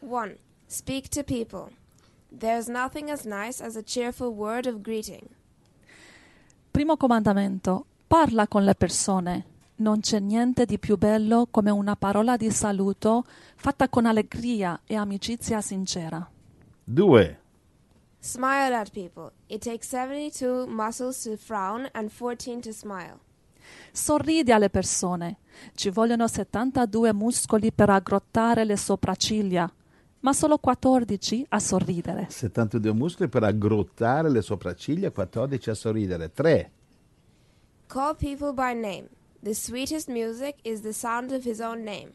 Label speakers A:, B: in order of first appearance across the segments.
A: 1. Speak to people. There's nothing as nice as a cheerful word of greeting.
B: Primo comandamento. Parla con le persone. Non c'è niente di più bello come una parola di saluto fatta con allegria e amicizia sincera.
C: 2.
A: Smile at people. It takes 72 muscles to frown and 14 to smile.
B: Sorridi alle persone. Ci vogliono 72 muscoli per aggrottare le sopracciglia, ma solo 14 a sorridere.
C: 72 muscoli per aggrottare le sopracciglia, 14 a sorridere. 3.
A: Call people by name. The sweetest music is the sound of his own name.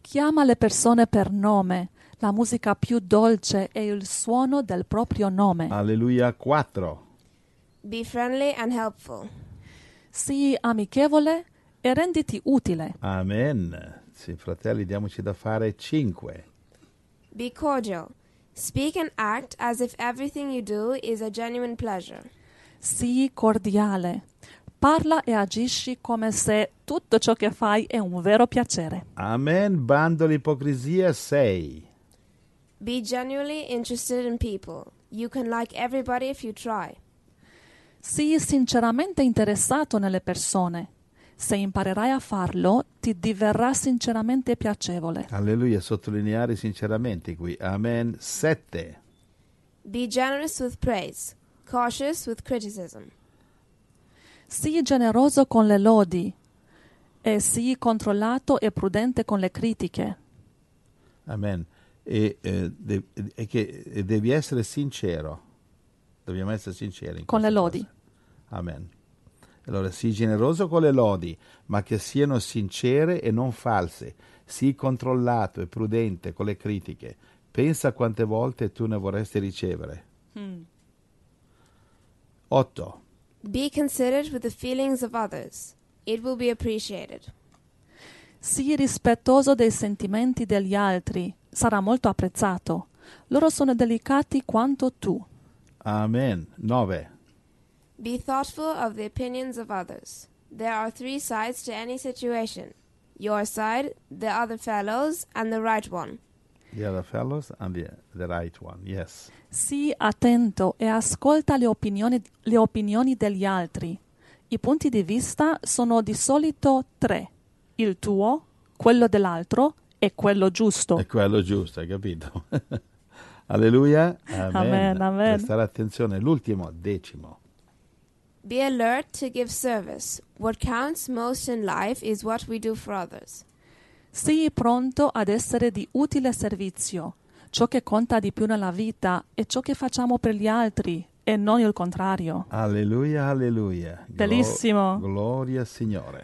B: Chiama le persone per nome. La musica più dolce è il suono del proprio nome.
C: Alleluia. 4.
A: Be friendly and helpful.
B: Sii amichevole e renditi utile.
C: Amen. Sì, fratelli, diamoci da fare 5.
A: Be cordial. Speak and act as if everything you do is a genuine pleasure.
B: Sii cordiale. Parla e agisci come se tutto ciò che fai è un vero piacere.
C: Amen. Bando l'ipocrisia. 6.
A: Be genuinely interested in people. You can like everybody if you try.
B: Sii sinceramente interessato nelle persone. Se imparerai a farlo, ti diverrà sinceramente piacevole.
C: Alleluia. Sottolineare sinceramente qui. Amen. 7.
A: Be generous with praise, cautious with criticism.
B: Sii generoso con le lodi e sii controllato e prudente con le critiche.
C: Amen. E, eh, de- e che e devi essere sincero. Dobbiamo essere sinceri. in
B: Con
C: queste
B: le lodi.
C: cose. Amen. Allora, sii generoso con le lodi, ma che siano sincere e non false. Sii controllato e prudente con le critiche. Pensa quante volte tu ne vorresti ricevere.
B: Mm.
C: 8.
A: Be considerate with the feelings of others. It will be appreciated.
B: Sii rispettoso dei sentimenti degli altri, sarà molto apprezzato. Loro sono delicati quanto tu.
C: Amen. 9.
A: Be thoughtful of the opinions of others. There are three sides to any situation your side, the other fellow's, and the right one.
C: The other fellows and the, the right one. Yes.
B: Sii attento e ascolta le opinioni, le opinioni degli altri. I punti di vista sono di solito tre: il tuo, quello dell'altro e quello giusto.
C: È quello giusto, hai capito? Alleluia.
B: Amen, amen.
C: Prestare attenzione. L'ultimo, decimo.
A: Be alert to give service. What counts most in life is what we do for others.
B: Sii pronto ad essere di utile servizio. Ciò che conta di più nella vita è ciò che facciamo per gli altri e non il contrario.
C: Alleluia, alleluia. Glo-
B: Bellissimo.
C: gloria al Signore.